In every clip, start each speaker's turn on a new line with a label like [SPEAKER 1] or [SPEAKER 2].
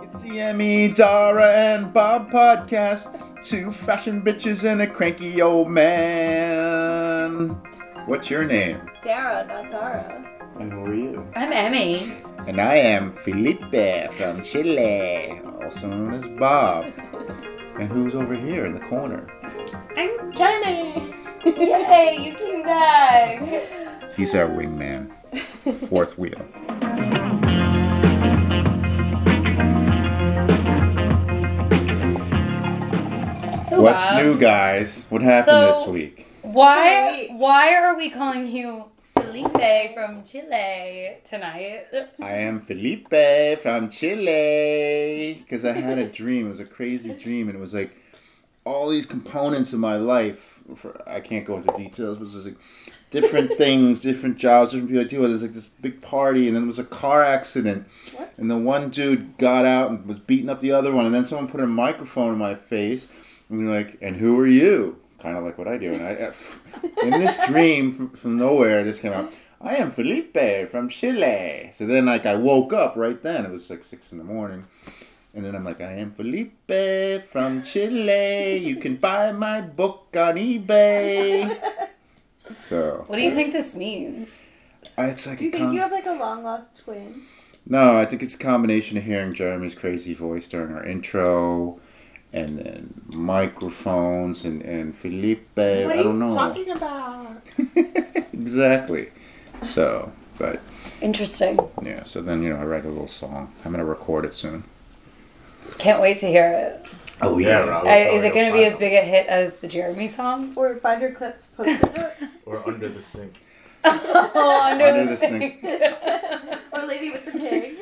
[SPEAKER 1] CME, Dara, and Bob podcast. Two fashion bitches and a cranky old man. What's your name?
[SPEAKER 2] Dara, not Dara.
[SPEAKER 1] And who are you?
[SPEAKER 2] I'm Emmy.
[SPEAKER 1] And I am Felipe from Chile, also known as Bob. And who's over here in the corner?
[SPEAKER 2] I'm Jeremy. Yay, you came back.
[SPEAKER 1] He's our wingman, fourth wheel.
[SPEAKER 3] So
[SPEAKER 1] What's
[SPEAKER 3] Bob,
[SPEAKER 1] new, guys? What happened
[SPEAKER 3] So-
[SPEAKER 1] this week?
[SPEAKER 2] It's
[SPEAKER 3] Why
[SPEAKER 2] been a week.
[SPEAKER 3] why are we calling you Felipe from Chile tonight?
[SPEAKER 1] I am Felipe from Chile. Because I had a dream. It was a crazy dream. And it was like all these components of my life. For, I can't go into details, but it was like different things, different jobs, different people I do. There's like this big party, and then there was a car accident.
[SPEAKER 2] What?
[SPEAKER 1] And the one dude got out and was beating up the other one. And then someone put a microphone in my face. And we are like, and who are you? Kind of like what I do. And I, uh, in this dream from, from nowhere, this came out. I am Felipe from Chile. So then, like, I woke up right then. It was like six in the morning, and then I'm like, I am Felipe from Chile. You can buy my book on eBay. So
[SPEAKER 3] What do you think this means?
[SPEAKER 1] I- It's like
[SPEAKER 2] Do you
[SPEAKER 1] a
[SPEAKER 2] think
[SPEAKER 1] com-
[SPEAKER 2] you have like a long lost twin?
[SPEAKER 1] no. I think it's a combination of hearing Jeremy's crazy voice during our intro. And then microphones and, and Felipe. I don't know.
[SPEAKER 2] about?
[SPEAKER 1] exactly. So, but
[SPEAKER 3] Interesting.
[SPEAKER 1] Yeah, so then, you know, I write a little song. I'm going to record it soon.
[SPEAKER 3] Can't wait to hear it.
[SPEAKER 1] Oh,
[SPEAKER 4] Yeah, Rob.
[SPEAKER 3] I, is it going to be as big a hit as the Jeremy song?
[SPEAKER 2] Or binder clips post-it notes?
[SPEAKER 4] Or under the sink.
[SPEAKER 3] oh, under,
[SPEAKER 1] Under
[SPEAKER 3] the
[SPEAKER 1] the sink.
[SPEAKER 3] sink.
[SPEAKER 2] or lady with the pig?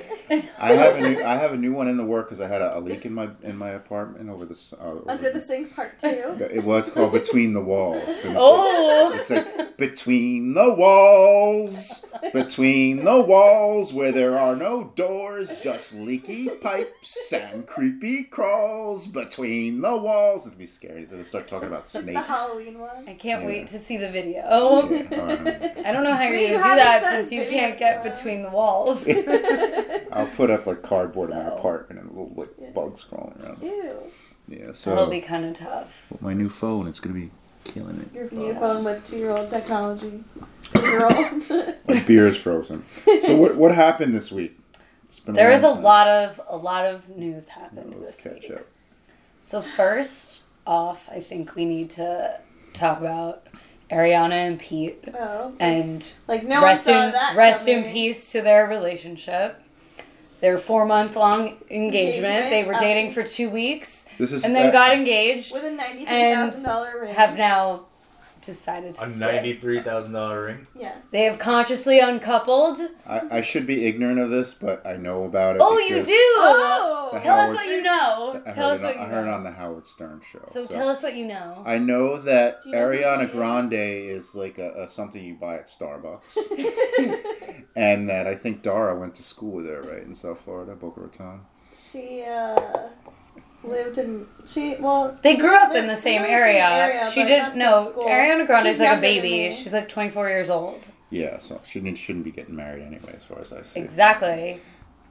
[SPEAKER 1] I have a new, I have a new one in the work because I had a, a leak in my in my apartment over the s- uh, over
[SPEAKER 2] Under the sink part two?
[SPEAKER 1] It was called between the walls. And it's like-
[SPEAKER 3] oh,
[SPEAKER 1] It's like between the walls, between the walls where there are no doors, just leaky pipes and creepy crawls. Between the walls, it'd be scary. So they start talking about
[SPEAKER 2] That's
[SPEAKER 1] snakes.
[SPEAKER 2] the Halloween one.
[SPEAKER 3] I can't
[SPEAKER 1] Yeah.
[SPEAKER 3] wait to see the video.
[SPEAKER 1] Yeah, um,
[SPEAKER 3] I don't know how you're
[SPEAKER 2] Wait,
[SPEAKER 3] going to do
[SPEAKER 2] you haven't
[SPEAKER 3] that
[SPEAKER 2] done
[SPEAKER 3] since you
[SPEAKER 2] video
[SPEAKER 3] can't get
[SPEAKER 2] yet.
[SPEAKER 3] between the walls.
[SPEAKER 1] I'll put up like cardboard in my
[SPEAKER 3] So-
[SPEAKER 1] apartment and little
[SPEAKER 2] Yeah.
[SPEAKER 1] like bugs crawling around.
[SPEAKER 2] Ew.
[SPEAKER 1] Yeah, so
[SPEAKER 3] That'll be kind of tough.
[SPEAKER 1] my new phone, it's gonna be killing it.
[SPEAKER 2] Your new phone with two-year-old technology. Two-year-old.
[SPEAKER 1] My beer is frozen. so what what happened this week? It's been
[SPEAKER 3] There is a
[SPEAKER 1] long time.
[SPEAKER 3] lot of a lot of news happened
[SPEAKER 1] Let's
[SPEAKER 3] this
[SPEAKER 1] catch
[SPEAKER 3] week.
[SPEAKER 1] up.
[SPEAKER 3] So first off, I think we need to talk about Ariana and Pete
[SPEAKER 2] oh.
[SPEAKER 3] and
[SPEAKER 2] like, no
[SPEAKER 3] rest
[SPEAKER 2] one saw
[SPEAKER 3] in
[SPEAKER 2] that
[SPEAKER 3] rest in
[SPEAKER 2] coming.
[SPEAKER 3] peace to their relationship. Their four month long engagement.
[SPEAKER 2] Engagement,
[SPEAKER 3] They were
[SPEAKER 2] um,
[SPEAKER 3] dating for two weeks
[SPEAKER 1] This is
[SPEAKER 3] and then
[SPEAKER 1] uh,
[SPEAKER 3] got engaged.
[SPEAKER 2] With a $93,000 ring.
[SPEAKER 3] Have now decided to
[SPEAKER 4] A
[SPEAKER 3] split.
[SPEAKER 4] ninety-three thousand dollar ring.
[SPEAKER 2] Yes.
[SPEAKER 3] They have consciously uncoupled.
[SPEAKER 1] I, I should be ignorant of this, but I know about it.
[SPEAKER 3] Oh, you
[SPEAKER 1] because
[SPEAKER 3] do.
[SPEAKER 2] Oh!
[SPEAKER 1] The
[SPEAKER 3] Tell us
[SPEAKER 1] Howard-
[SPEAKER 3] what you know.
[SPEAKER 1] I heard,
[SPEAKER 3] Tell us
[SPEAKER 1] it, on,
[SPEAKER 3] what you
[SPEAKER 1] I heard it
[SPEAKER 3] know.
[SPEAKER 1] on the Howard Stern show.
[SPEAKER 3] So tell us what you know.
[SPEAKER 1] I know that
[SPEAKER 2] Do you know who he
[SPEAKER 1] Ariana
[SPEAKER 2] is?
[SPEAKER 1] Grande is like a, a something you buy at Starbucks, and that I think Dara went to school there, right in South Florida, Boca Raton.
[SPEAKER 2] she uh, lived in she well
[SPEAKER 3] They grew up in
[SPEAKER 2] They
[SPEAKER 3] the same
[SPEAKER 2] grew up in the
[SPEAKER 3] area.
[SPEAKER 2] same area,
[SPEAKER 3] she
[SPEAKER 2] but
[SPEAKER 3] didn't
[SPEAKER 2] not from
[SPEAKER 3] know.
[SPEAKER 2] school.
[SPEAKER 3] Ariana Grande
[SPEAKER 2] She's
[SPEAKER 3] is like a
[SPEAKER 2] younger than
[SPEAKER 3] baby.
[SPEAKER 2] me.
[SPEAKER 3] She's like 24 years old.
[SPEAKER 1] Yeah, so shouldn't shouldn't be getting married anyway, as far as I see.
[SPEAKER 3] Exactly.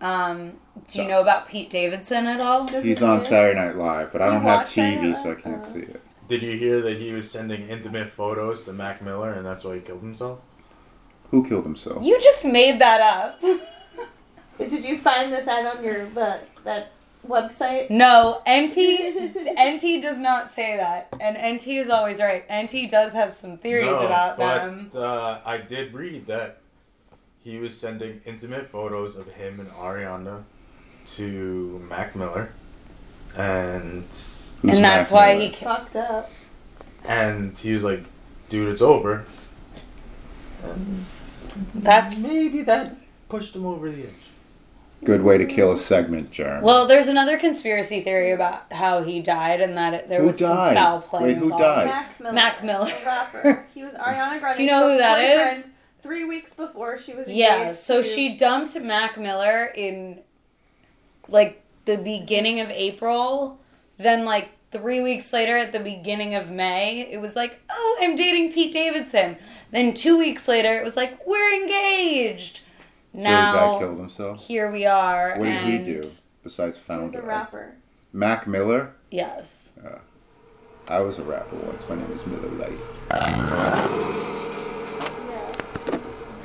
[SPEAKER 3] Um, do
[SPEAKER 1] So-
[SPEAKER 3] you know about Pete Davidson at all?
[SPEAKER 1] He's on Saturday Night Live, but
[SPEAKER 2] Do
[SPEAKER 1] I
[SPEAKER 2] you
[SPEAKER 1] don't have
[SPEAKER 2] watch Saturday
[SPEAKER 1] TV,
[SPEAKER 2] Night
[SPEAKER 1] so I
[SPEAKER 2] Live?
[SPEAKER 1] can't
[SPEAKER 2] Oh.
[SPEAKER 1] see it.
[SPEAKER 4] Did you hear that he was sending intimate photos to Mac Miller and that's why he killed himself?
[SPEAKER 1] Who killed himself?
[SPEAKER 3] You just made that up.
[SPEAKER 2] Did you find this out on your the, that website?
[SPEAKER 3] No, NT NT does not say that, and NT is always right. NT does have some theories
[SPEAKER 4] No,
[SPEAKER 3] about
[SPEAKER 4] but,
[SPEAKER 3] them.
[SPEAKER 4] uh, I did read that he was sending intimate photos of him and Ariana to Mac Miller, and
[SPEAKER 1] Who's
[SPEAKER 3] and that's
[SPEAKER 1] Mac
[SPEAKER 3] why
[SPEAKER 1] Miller?
[SPEAKER 3] he. Ca-
[SPEAKER 2] Fucked up.
[SPEAKER 4] and he was like, "Dude, it's over." And
[SPEAKER 3] That's
[SPEAKER 4] maybe that pushed him over the edge.
[SPEAKER 1] Good way to kill a segment, Jeremy.
[SPEAKER 3] well. There's another conspiracy theory about how he died and that it, there
[SPEAKER 1] Who
[SPEAKER 3] was
[SPEAKER 1] died?
[SPEAKER 3] some foul play.
[SPEAKER 1] Wait, who
[SPEAKER 3] involved.
[SPEAKER 1] died?
[SPEAKER 2] Mac Miller.
[SPEAKER 3] Mac Miller.
[SPEAKER 2] a rapper. He was Ariana Grande.
[SPEAKER 3] Do you know who that is?
[SPEAKER 2] Three weeks before she was engaged.
[SPEAKER 3] Yeah, so
[SPEAKER 2] to-
[SPEAKER 3] she dumped Mac Miller in like the beginning of April. Then, like three weeks later, at the beginning of May, it was like, oh, I'm dating Pete Davidson. Then, two weeks later, it was like, we're engaged.
[SPEAKER 1] so the guy
[SPEAKER 3] Now,
[SPEAKER 1] killed himself.
[SPEAKER 3] here we are.
[SPEAKER 1] What did he
[SPEAKER 3] and
[SPEAKER 1] do? besides
[SPEAKER 2] He was
[SPEAKER 1] founder?
[SPEAKER 2] a rapper.
[SPEAKER 1] Mac Miller.
[SPEAKER 3] Yes.
[SPEAKER 1] I was a rapper once. My name is Miller Lite.
[SPEAKER 2] Yeah.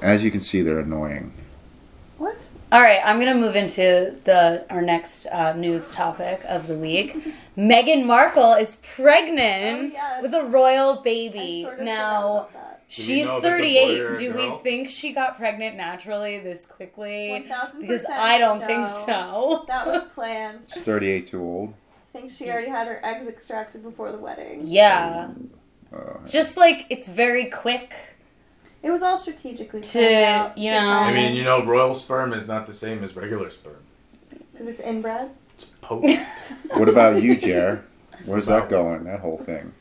[SPEAKER 1] As you can see, they're annoying.
[SPEAKER 2] What?
[SPEAKER 3] All right, I'm gonna move into the our next uh, news topic of the week. Meghan Markle is pregnant
[SPEAKER 2] Oh, yes.
[SPEAKER 3] with a royal
[SPEAKER 2] I
[SPEAKER 3] baby.
[SPEAKER 2] sort of forgot
[SPEAKER 3] now
[SPEAKER 2] about that.
[SPEAKER 4] Do we
[SPEAKER 3] she's
[SPEAKER 4] know if it's a boy or
[SPEAKER 3] 38.
[SPEAKER 4] a
[SPEAKER 3] Do
[SPEAKER 4] girl?
[SPEAKER 3] we think she got pregnant naturally this quickly?
[SPEAKER 2] 1000%
[SPEAKER 3] Because I don't think
[SPEAKER 2] no.
[SPEAKER 3] so.
[SPEAKER 2] That was planned.
[SPEAKER 1] She's 38 too old.
[SPEAKER 2] I think she already had her eggs extracted before the wedding.
[SPEAKER 3] yeah,
[SPEAKER 1] Uh,
[SPEAKER 3] just like it's very quick.
[SPEAKER 2] It was all strategically
[SPEAKER 3] To,
[SPEAKER 2] planned out.
[SPEAKER 3] you
[SPEAKER 2] the
[SPEAKER 3] know-
[SPEAKER 4] I
[SPEAKER 2] timing,
[SPEAKER 4] mean, you know, royal sperm is not the same as regular sperm.
[SPEAKER 2] 'cause it's inbred.
[SPEAKER 4] It's potent.
[SPEAKER 1] what about you, Jer? Where's that
[SPEAKER 4] About-
[SPEAKER 1] going? That whole thing.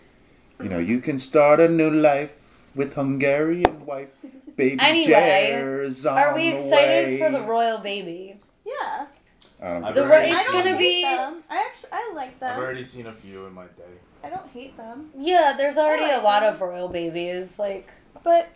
[SPEAKER 1] You know, you can start a new life with Hungarian wife. Baby
[SPEAKER 3] Anyway,
[SPEAKER 1] Jer is on
[SPEAKER 3] Are we
[SPEAKER 1] the
[SPEAKER 3] excited
[SPEAKER 1] way.
[SPEAKER 3] for the royal baby?
[SPEAKER 2] Yeah.
[SPEAKER 1] I don't
[SPEAKER 4] I've
[SPEAKER 3] The
[SPEAKER 1] know.
[SPEAKER 3] ro-
[SPEAKER 4] already
[SPEAKER 3] it's
[SPEAKER 2] I don't
[SPEAKER 4] seen-
[SPEAKER 3] gonna
[SPEAKER 2] hate
[SPEAKER 3] be-
[SPEAKER 2] them. I actually I like
[SPEAKER 4] I've
[SPEAKER 2] them.
[SPEAKER 4] already seen a few in my day.
[SPEAKER 2] I don't hate them,
[SPEAKER 3] Yeah, there's already
[SPEAKER 2] like
[SPEAKER 3] a lot
[SPEAKER 2] them.
[SPEAKER 3] of royal babies. Like,
[SPEAKER 2] but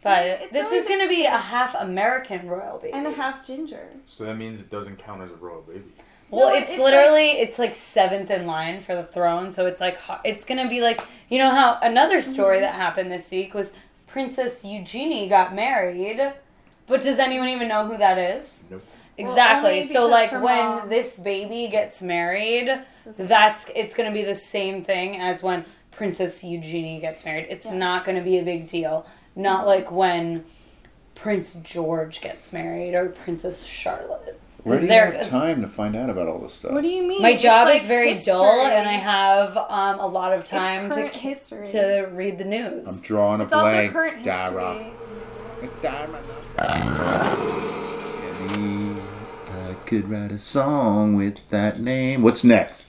[SPEAKER 3] but
[SPEAKER 2] It's
[SPEAKER 3] this
[SPEAKER 2] always
[SPEAKER 3] is gonna be a half American royal baby.
[SPEAKER 2] and a half ginger.
[SPEAKER 4] So that means it doesn't count as a royal baby.
[SPEAKER 3] Well,
[SPEAKER 2] No,
[SPEAKER 3] it's,
[SPEAKER 2] it's
[SPEAKER 3] literally it's like seventh in line for the throne, so it's like ho- it's gonna be like you know how another story that happened this week was Princess Eugenie got married, but does anyone even know who that is?
[SPEAKER 4] Nope.
[SPEAKER 2] Well,
[SPEAKER 3] exactly.
[SPEAKER 2] only
[SPEAKER 3] So
[SPEAKER 2] because
[SPEAKER 3] like
[SPEAKER 2] her
[SPEAKER 3] when
[SPEAKER 2] mom-
[SPEAKER 3] this baby gets married,
[SPEAKER 2] This is-
[SPEAKER 3] that's it's gonna be the same thing as when Princess Eugenie gets married. It's
[SPEAKER 2] Yeah. Mm-hmm.
[SPEAKER 3] not gonna be a big deal. Not like when Prince George gets married or Princess Charlotte.
[SPEAKER 1] Where do you
[SPEAKER 3] There-
[SPEAKER 1] have time to find out about all this stuff?
[SPEAKER 2] What do you mean?
[SPEAKER 3] My
[SPEAKER 2] It's
[SPEAKER 3] job
[SPEAKER 2] like
[SPEAKER 3] is very
[SPEAKER 2] history.
[SPEAKER 3] dull, and I have um, a lot of
[SPEAKER 2] It's
[SPEAKER 3] time
[SPEAKER 2] current
[SPEAKER 3] to
[SPEAKER 2] history.
[SPEAKER 3] to read the news.
[SPEAKER 1] I'm drawing a
[SPEAKER 2] it's also
[SPEAKER 1] blank.
[SPEAKER 2] current history.
[SPEAKER 1] Dara. It's Dara. Emmy, I could write a song with that name. What's next?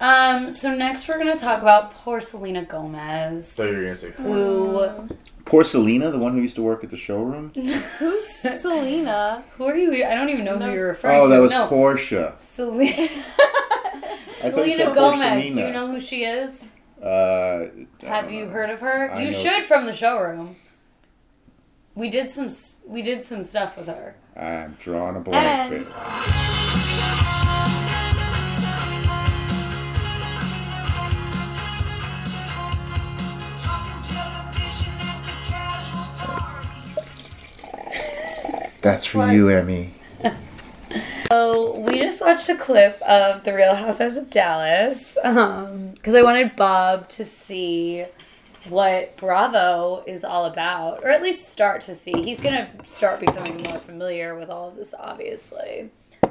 [SPEAKER 3] um, so next we're gonna talk about poor Selena Gomez,
[SPEAKER 4] So you're gonna say
[SPEAKER 3] who
[SPEAKER 1] Poor Selena, the one who used to work at the showroom.
[SPEAKER 2] Who's Selena?
[SPEAKER 3] who are you? I don't even know
[SPEAKER 2] No,
[SPEAKER 3] who you're referring
[SPEAKER 1] Oh,
[SPEAKER 3] to.
[SPEAKER 1] that was
[SPEAKER 3] no,
[SPEAKER 1] Portia.
[SPEAKER 3] Selena,
[SPEAKER 1] I thought you
[SPEAKER 3] Selena
[SPEAKER 1] said
[SPEAKER 3] Gomez. Do
[SPEAKER 1] Porcelina.
[SPEAKER 3] you know who she is?
[SPEAKER 1] Uh, I don't
[SPEAKER 3] Have you
[SPEAKER 1] know.
[SPEAKER 3] heard of her?
[SPEAKER 1] I
[SPEAKER 3] you
[SPEAKER 1] know-
[SPEAKER 3] should from the showroom. We did some s- we did some stuff with her.
[SPEAKER 1] I'm drawing a blank.
[SPEAKER 2] And-
[SPEAKER 1] babe. That's for
[SPEAKER 2] What?
[SPEAKER 1] you, Emmy.
[SPEAKER 3] So we just watched a clip of The Real Housewives of Dallas because I wanted Bob to see what Bravo is all about, or at least start to see. He's gonna start becoming more familiar with all of this, obviously.
[SPEAKER 1] yeah,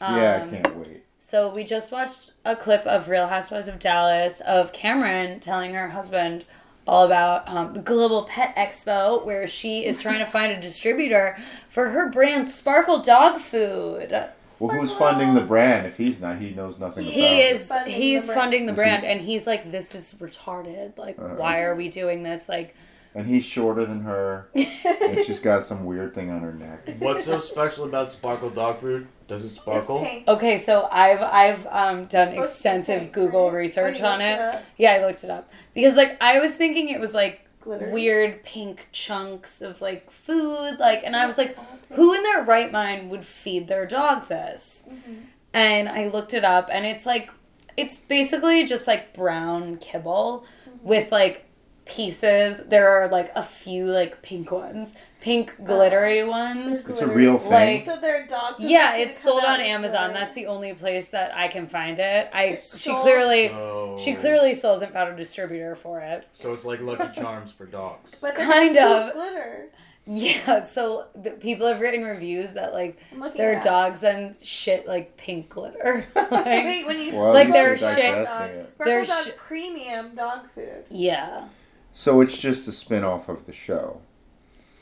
[SPEAKER 1] I
[SPEAKER 3] Um,
[SPEAKER 1] can't wait.
[SPEAKER 3] So we just watched a clip of Real Housewives of Dallas of Cameron telling her husband all about um, the Global Pet Expo, where she is trying to find a distributor for her brand Sparkle Dog Food.
[SPEAKER 1] Well, who's funding the brand? If he's not, he knows nothing about
[SPEAKER 3] He
[SPEAKER 1] it.
[SPEAKER 3] is
[SPEAKER 2] Funding the
[SPEAKER 3] he's
[SPEAKER 2] brand. Mm-hmm.
[SPEAKER 3] funding the
[SPEAKER 1] Is
[SPEAKER 3] brand and he's like this is retarded. Like
[SPEAKER 2] Uh-huh.
[SPEAKER 1] Uh.
[SPEAKER 3] why are we doing this? Like
[SPEAKER 1] And he's shorter than her. and she's got some weird thing on her neck.
[SPEAKER 4] What's so special about sparkle dog food? Does it sparkle?
[SPEAKER 2] It's pink.
[SPEAKER 3] okay, so I've I've um done
[SPEAKER 2] It's supposed to be
[SPEAKER 3] extensive
[SPEAKER 2] pink,
[SPEAKER 3] Google
[SPEAKER 2] right?
[SPEAKER 3] research
[SPEAKER 2] Oh, you
[SPEAKER 3] on
[SPEAKER 2] looked
[SPEAKER 3] it.
[SPEAKER 2] it up?
[SPEAKER 3] yeah, I looked it up. Because like I was thinking it was like
[SPEAKER 2] Glitter.
[SPEAKER 3] weird pink chunks of like food like and I was like who in their right mind would feed their dog this?
[SPEAKER 2] Mm-hmm.
[SPEAKER 3] And I looked it up and it's like it's basically just like brown kibble
[SPEAKER 2] Mm-hmm.
[SPEAKER 3] with like pieces. There are like a few like pink ones, pink glittery
[SPEAKER 2] Oh.
[SPEAKER 3] ones.
[SPEAKER 1] It's a real thing.
[SPEAKER 3] Like-
[SPEAKER 2] So they're dog. food
[SPEAKER 3] Yeah,
[SPEAKER 2] that's
[SPEAKER 3] it's
[SPEAKER 2] gonna
[SPEAKER 3] sold
[SPEAKER 2] come out
[SPEAKER 3] on
[SPEAKER 2] with
[SPEAKER 3] Amazon.
[SPEAKER 2] glitter.
[SPEAKER 3] That's the only place that I can find it. I she
[SPEAKER 2] Sold.
[SPEAKER 3] clearly
[SPEAKER 4] So,
[SPEAKER 3] she clearly still hasn't found a distributor for it.
[SPEAKER 4] So it's like Lucky Charms for dogs.
[SPEAKER 2] but they're
[SPEAKER 3] kind
[SPEAKER 2] pink
[SPEAKER 3] of.
[SPEAKER 2] glitter.
[SPEAKER 3] Yeah, so the people have written reviews that like
[SPEAKER 2] I'm looking
[SPEAKER 3] their
[SPEAKER 2] at it.
[SPEAKER 3] dogs and shit like pink glitter. Like,
[SPEAKER 2] Wait, when you
[SPEAKER 1] Well,
[SPEAKER 3] Like
[SPEAKER 2] Sparkle
[SPEAKER 3] they're
[SPEAKER 2] Dog-
[SPEAKER 3] shit.
[SPEAKER 1] digesting it.
[SPEAKER 2] Sparkle
[SPEAKER 3] They're
[SPEAKER 2] Dog
[SPEAKER 3] shi-
[SPEAKER 2] premium dog food.
[SPEAKER 3] yeah.
[SPEAKER 1] So it's just a spin off of the show.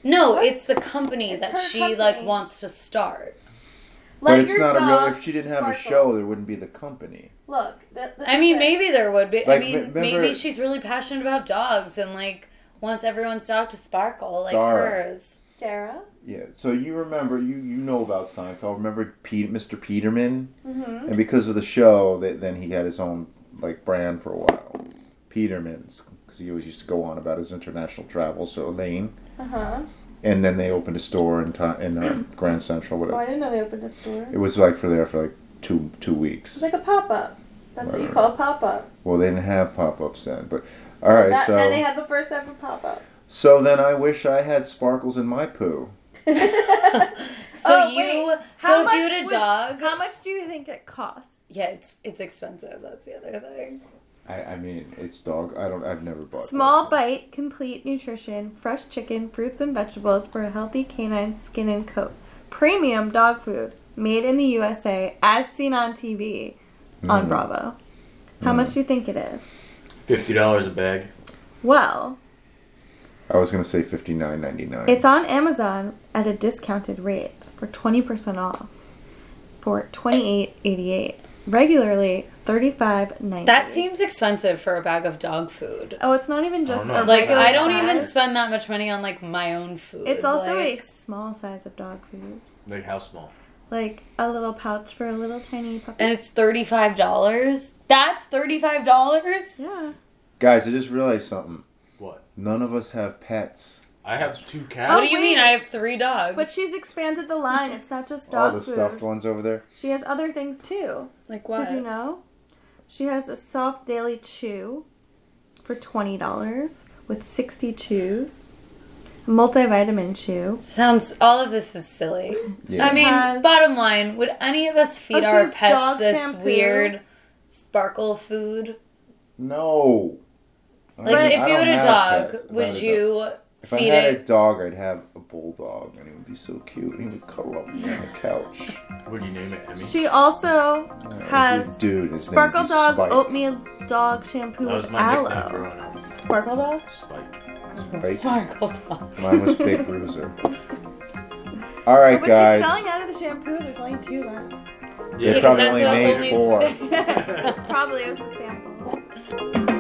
[SPEAKER 3] No,
[SPEAKER 2] What?
[SPEAKER 3] it's the company
[SPEAKER 2] It's her
[SPEAKER 3] that she
[SPEAKER 2] company.
[SPEAKER 3] like wants to start.
[SPEAKER 1] But
[SPEAKER 2] Let
[SPEAKER 1] it's
[SPEAKER 2] your
[SPEAKER 1] not a real.
[SPEAKER 2] dog
[SPEAKER 1] If she didn't have a
[SPEAKER 2] sparkle.
[SPEAKER 1] show, there wouldn't be the company.
[SPEAKER 2] Look, th- this
[SPEAKER 3] I
[SPEAKER 2] is
[SPEAKER 3] mean,
[SPEAKER 2] it.
[SPEAKER 3] maybe there would be.
[SPEAKER 1] Like,
[SPEAKER 3] I mean,
[SPEAKER 1] remember-
[SPEAKER 3] maybe she's really passionate about dogs and like wants everyone's dog to sparkle like
[SPEAKER 1] Dara.
[SPEAKER 3] hers.
[SPEAKER 2] Dara.
[SPEAKER 1] Yeah. So you remember you you know about Seinfeld. Remember Pete, Mr. Peterman,
[SPEAKER 2] Mm-hmm.
[SPEAKER 1] and because of the show, that then he had his own like brand for a while, Peterman's, because he always used to go on about his international travel. So Elaine
[SPEAKER 2] Uh huh.
[SPEAKER 1] and then they opened a store in Con- in uh, Grand Central.
[SPEAKER 2] Oh, I
[SPEAKER 1] Whatever.
[SPEAKER 2] didn't know they opened a store.
[SPEAKER 1] It was like for there for like two two weeks.
[SPEAKER 2] It's like a pop up. That's what you
[SPEAKER 1] Right.
[SPEAKER 2] call a pop up.
[SPEAKER 1] Well, they didn't have pop ups then, but all right.
[SPEAKER 2] That
[SPEAKER 1] so
[SPEAKER 2] Then they had the first ever pop up.
[SPEAKER 1] so then I wish I had sparkles in my poo.
[SPEAKER 3] So
[SPEAKER 2] Oh,
[SPEAKER 3] you,
[SPEAKER 2] wait. How
[SPEAKER 3] so if you
[SPEAKER 2] much
[SPEAKER 3] had a
[SPEAKER 2] would-
[SPEAKER 3] dog,
[SPEAKER 2] How much do you think it costs?
[SPEAKER 3] yeah, it's it's expensive. That's the other thing.
[SPEAKER 1] I, I mean, it's dog. I don't. I've never bought.
[SPEAKER 2] Small
[SPEAKER 1] dog.
[SPEAKER 2] bite, complete nutrition, fresh chicken, fruits and vegetables for a healthy canine skin and coat. Premium dog food made in the USA as seen on TV on
[SPEAKER 3] Mm-hmm.
[SPEAKER 2] Bravo. How much do you think it is?
[SPEAKER 4] Fifty dollars a bag.
[SPEAKER 2] Well,
[SPEAKER 1] I was gonna say fifty nine ninety nine.
[SPEAKER 2] it's on Amazon at a discounted rate for 20% off for 28.88. Regularly 35.90.
[SPEAKER 3] That seems expensive for a bag of dog food.
[SPEAKER 2] Oh, it's not even just
[SPEAKER 4] know.
[SPEAKER 2] a
[SPEAKER 3] Like
[SPEAKER 2] regular
[SPEAKER 3] I don't even
[SPEAKER 2] size.
[SPEAKER 3] spend that much money on like my own food.
[SPEAKER 2] It's also
[SPEAKER 3] like,
[SPEAKER 2] a small size of dog food.
[SPEAKER 4] Like how small?
[SPEAKER 2] like a little pouch for a little tiny puppy.
[SPEAKER 3] and it's thirty five dollars. That's thirty five dollars.
[SPEAKER 2] yeah.
[SPEAKER 1] Guys, I just realized something.
[SPEAKER 4] What?
[SPEAKER 1] None of us have pets.
[SPEAKER 4] I have two
[SPEAKER 3] What
[SPEAKER 2] Oh,
[SPEAKER 4] cats.
[SPEAKER 3] do you
[SPEAKER 2] wait.
[SPEAKER 3] mean? I have three dogs.
[SPEAKER 2] But she's expanded the line. It's not just
[SPEAKER 1] All
[SPEAKER 2] dog
[SPEAKER 1] the
[SPEAKER 2] food.
[SPEAKER 1] stuffed ones over there.
[SPEAKER 2] She has other things too.
[SPEAKER 3] like what?
[SPEAKER 2] Did you know? She has a soft daily chew for twenty dollars with sixty chews. A multivitamin chew.
[SPEAKER 3] Sounds all of this is silly.
[SPEAKER 1] Yeah.
[SPEAKER 3] I mean,
[SPEAKER 2] Has-
[SPEAKER 3] bottom line, would any of us feed
[SPEAKER 2] Oh, she
[SPEAKER 3] our
[SPEAKER 2] has
[SPEAKER 3] pets
[SPEAKER 2] dog
[SPEAKER 3] this
[SPEAKER 2] shampoo.
[SPEAKER 3] weird sparkle food?
[SPEAKER 1] No.
[SPEAKER 3] Like, if you had a dog, would you
[SPEAKER 1] If I
[SPEAKER 3] feed
[SPEAKER 1] had a
[SPEAKER 3] it?
[SPEAKER 1] dog, I'd have a bulldog, and he would be so cute, and he would curl up on the couch.
[SPEAKER 4] What do you name it? I mean,
[SPEAKER 2] She also
[SPEAKER 1] And he'd be a
[SPEAKER 2] has
[SPEAKER 1] dude, his name would
[SPEAKER 2] Sparkle
[SPEAKER 1] be
[SPEAKER 2] Dog
[SPEAKER 1] Spike.
[SPEAKER 2] oatmeal dog shampoo
[SPEAKER 4] that
[SPEAKER 2] with
[SPEAKER 4] was my nickname
[SPEAKER 2] aloe.
[SPEAKER 4] growing up.
[SPEAKER 2] Sparkle Dog.
[SPEAKER 4] Spike.
[SPEAKER 1] Right?
[SPEAKER 3] Sparkle dog.
[SPEAKER 1] Mine was Big Bruiser. All right,
[SPEAKER 2] But when
[SPEAKER 1] guys.
[SPEAKER 2] she's selling out of the shampoo, there's only two left.
[SPEAKER 1] They
[SPEAKER 4] Yeah.
[SPEAKER 1] probably
[SPEAKER 3] that's
[SPEAKER 1] only
[SPEAKER 3] the
[SPEAKER 1] made
[SPEAKER 3] only-
[SPEAKER 1] four.
[SPEAKER 2] Probably it was a sample.